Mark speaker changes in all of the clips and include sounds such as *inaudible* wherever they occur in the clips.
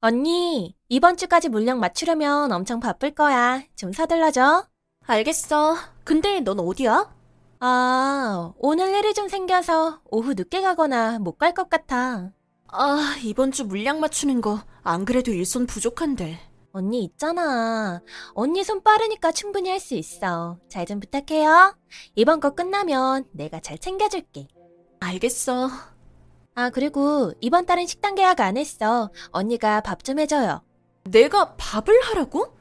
Speaker 1: 언니, 이번 주까지 물량 맞추려면 엄청 바쁠 거야. 좀 서둘러줘. 알겠어. 근데 넌 어디야? 아, 오늘 일이 좀 생겨서 오후 늦게 가거나 못 갈 것 같아.
Speaker 2: 아, 이번 주 물량 맞추는 거 안 그래도 일손 부족한데.
Speaker 1: 언니 있잖아. 언니 손 빠르니까 충분히 할 수 있어. 잘 좀 부탁해요. 이번 거 끝나면 내가 잘 챙겨줄게.
Speaker 2: 알겠어.
Speaker 1: 아, 그리고 이번 달은 식당 계약 안 했어. 언니가 밥 좀 해줘요.
Speaker 2: 내가 밥을 하라고?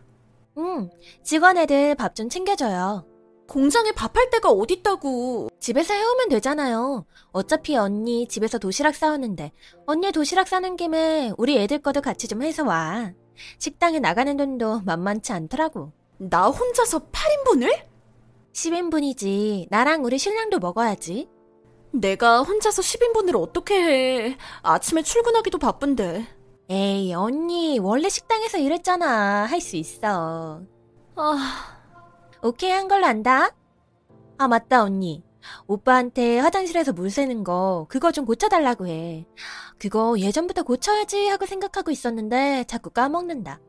Speaker 1: 응, 직원 애들 밥 좀 챙겨줘요.
Speaker 2: 공장에 밥할 데가 어딨다고.
Speaker 1: 집에서 해오면 되잖아요. 어차피 언니 집에서 도시락 싸왔는데 언니 도시락 싸는 김에 우리 애들 거도 같이 좀 해서 와. 식당에 나가는 돈도 만만치 않더라고.
Speaker 2: 나 혼자서 8인분을?
Speaker 1: 10인분이지. 나랑 우리 신랑도 먹어야지.
Speaker 2: 내가 혼자서 10인분을 어떻게 해. 아침에 출근하기도 바쁜데.
Speaker 1: 에이, 언니 원래 식당에서 일했잖아. 할 수 있어.
Speaker 2: 아,
Speaker 1: 오케이 한 걸로 안다. 아, 맞다, 언니. 오빠한테 화장실에서 물 새는 거, 그거 좀 고쳐달라고 해. 그거 예전부터 고쳐야지 하고 생각하고 있었는데 자꾸 까먹는다.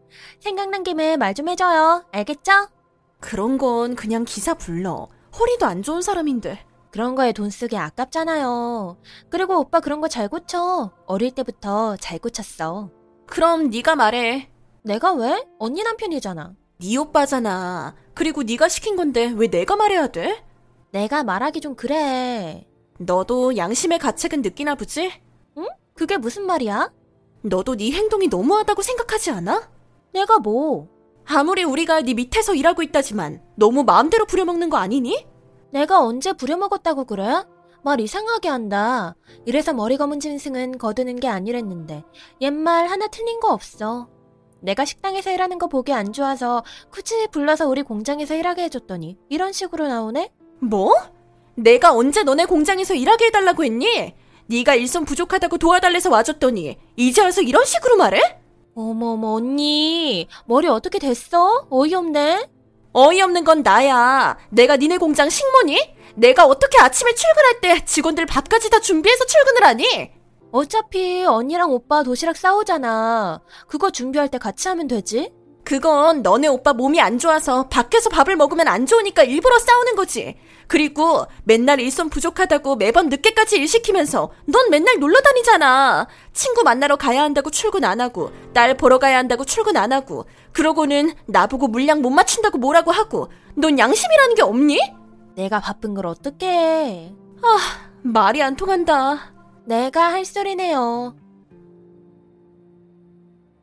Speaker 1: 생각난 김에 말 좀 해줘요. 알겠죠?
Speaker 2: 그런 건 그냥 기사 불러. 허리도 안 좋은 사람인데.
Speaker 1: 그런 거에 돈 쓰기 아깝잖아요. 그리고 오빠 그런 거 잘 고쳐. 어릴 때부터 잘 고쳤어.
Speaker 2: 그럼 네가 말해.
Speaker 1: 내가 왜? 언니 남편이잖아.
Speaker 2: 네 오빠잖아. 그리고 네가 시킨 건데 왜 내가 말해야 돼?
Speaker 1: 내가 말하기 좀 그래.
Speaker 2: 너도 양심의 가책은 느끼나 보지?
Speaker 1: 그게 무슨 말이야?
Speaker 2: 너도 네 행동이 너무하다고 생각하지 않아?
Speaker 1: 내가 뭐?
Speaker 2: 아무리 우리가 네 밑에서 일하고 있다지만 너무 마음대로 부려먹는 거 아니니?
Speaker 1: 내가 언제 부려먹었다고 그래? 말 이상하게 한다. 이래서 머리 검은 짐승은 거두는 게 아니랬는데 옛말 하나 틀린 거 없어. 내가 식당에서 일하는 거 보기 안 좋아서 굳이 불러서 우리 공장에서 일하게 해줬더니 이런 식으로 나오네?
Speaker 2: 뭐? 내가 언제 너네 공장에서 일하게 해달라고 했니? 네가 일손 부족하다고 도와달래서 와줬더니 이제 와서 이런 식으로 말해?
Speaker 1: 어머머 언니 머리 어떻게 됐어? 어이없네.
Speaker 2: 어이없는 건 나야. 내가 니네 공장 식모니? 내가 어떻게 아침에 출근할 때 직원들 밥까지 다 준비해서 출근을 하니?
Speaker 1: 어차피 언니랑 오빠 도시락 싸우잖아. 그거 준비할 때 같이 하면 되지?
Speaker 2: 그건 너네 오빠 몸이 안 좋아서 밖에서 밥을 먹으면 안 좋으니까 일부러 싸우는 거지. 그리고 맨날 일손 부족하다고 매번 늦게까지 일 시키면서 넌 맨날 놀러 다니잖아. 친구 만나러 가야 한다고 출근 안 하고 딸 보러 가야 한다고 출근 안 하고 그러고는 나보고 물량 못 맞춘다고 뭐라고 하고 넌 양심이라는 게 없니?
Speaker 1: 내가 바쁜 걸 어떻게 해?
Speaker 2: 말이 안 통한다.
Speaker 1: 내가 할 소리네요.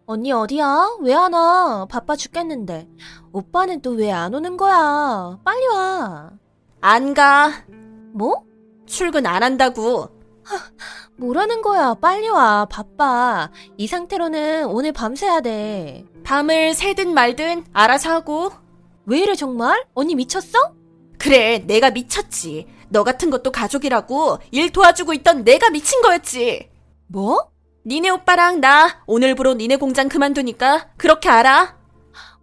Speaker 1: 언니 어디야? 왜 안 와? 바빠 죽겠는데. 오빠는 또 왜 안 오는 거야? 빨리 와.
Speaker 2: 안 가.
Speaker 1: 뭐?
Speaker 2: 출근 안 한다고.
Speaker 1: 뭐라는 거야? 빨리 와. 바빠. 이 상태로는 오늘 밤새야 돼.
Speaker 2: 밤을 새든 말든 알아서 하고.
Speaker 1: 왜 이래 정말? 언니 미쳤어?
Speaker 2: 그래, 내가 미쳤지. 너 같은 것도 가족이라고 일 도와주고 있던 내가 미친 거였지.
Speaker 1: 뭐?
Speaker 2: 니네 오빠랑 나 오늘부로 니네 공장 그만두니까 그렇게 알아.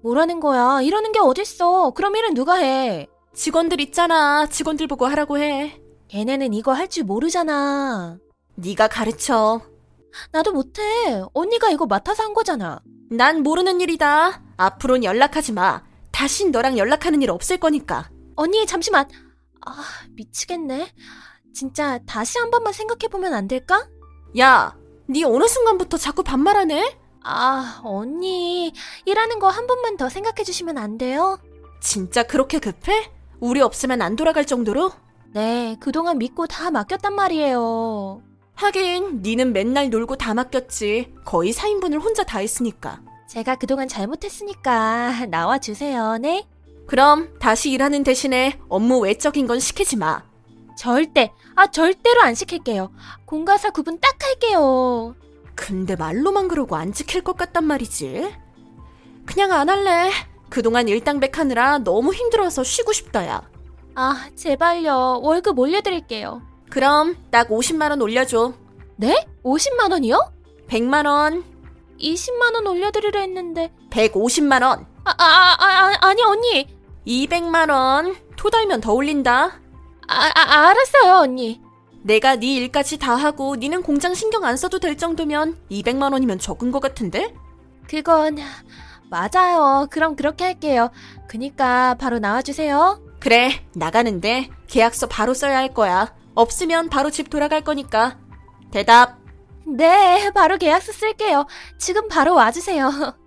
Speaker 1: 뭐라는 거야? 이러는 게 어딨어. 그럼 일은 누가 해?
Speaker 2: 직원들 있잖아. 직원들 보고 하라고 해.
Speaker 1: 걔네는 이거 할 줄 모르잖아.
Speaker 2: 네가 가르쳐.
Speaker 1: 나도 못해. 언니가 이거 맡아서 한 거잖아.
Speaker 2: 난 모르는 일이다. 앞으로는 연락하지 마. 다신 너랑 연락하는 일 없을 거니까.
Speaker 1: 언니 잠시만. 아 미치겠네. 진짜 다시 한 번만 생각해 보면 안 될까?
Speaker 2: 야, 네 어느 순간부터 자꾸 반말하네?
Speaker 1: 아 언니 일하는 거 한 번만 더 생각해 주시면 안 돼요?
Speaker 2: 진짜 그렇게 급해? 우리 없으면 안 돌아갈 정도로?
Speaker 1: 네 그동안 믿고 다 맡겼단 말이에요.
Speaker 2: 하긴 니는 맨날 놀고 다 맡겼지. 거의 4인분을 혼자 다 했으니까.
Speaker 1: 제가 그동안 잘못했으니까 *laughs* 나와 주세요. 네
Speaker 2: 그럼 다시 일하는 대신에 업무 외적인 건 시키지 마.
Speaker 1: 절대 아 절대로 안 시킬게요. 공과사 구분 딱 할게요.
Speaker 2: 근데 말로만 그러고 안 지킬 것 같단 말이지. 그냥 안 할래. 그동안 일당백하느라 너무 힘들어서 쉬고 싶다야.
Speaker 1: 아 제발요 월급 올려드릴게요.
Speaker 2: 그럼 딱 50만 원 올려줘.
Speaker 1: 50만 원이요?
Speaker 2: 100만 원,
Speaker 1: 20만 원 올려드리려 했는데
Speaker 2: 150만 원,
Speaker 1: 아 아, 아, 아, 아, 아니 언니
Speaker 2: 200만 원. 토달면 더 올린다.
Speaker 1: 아, 아, 알았어요, 언니.
Speaker 2: 내가 네 일까지 다 하고 니는 공장 신경 안 써도 될 정도면 200만 원이면 적은 것 같은데?
Speaker 1: 그건 맞아요. 그럼 그렇게 할게요. 그니까 바로 나와주세요.
Speaker 2: 그래, 나가는데 계약서 바로 써야 할 거야. 없으면 바로 집 돌아갈 거니까. 대답.
Speaker 1: 네, 바로 계약서 쓸게요. 지금 바로 와주세요.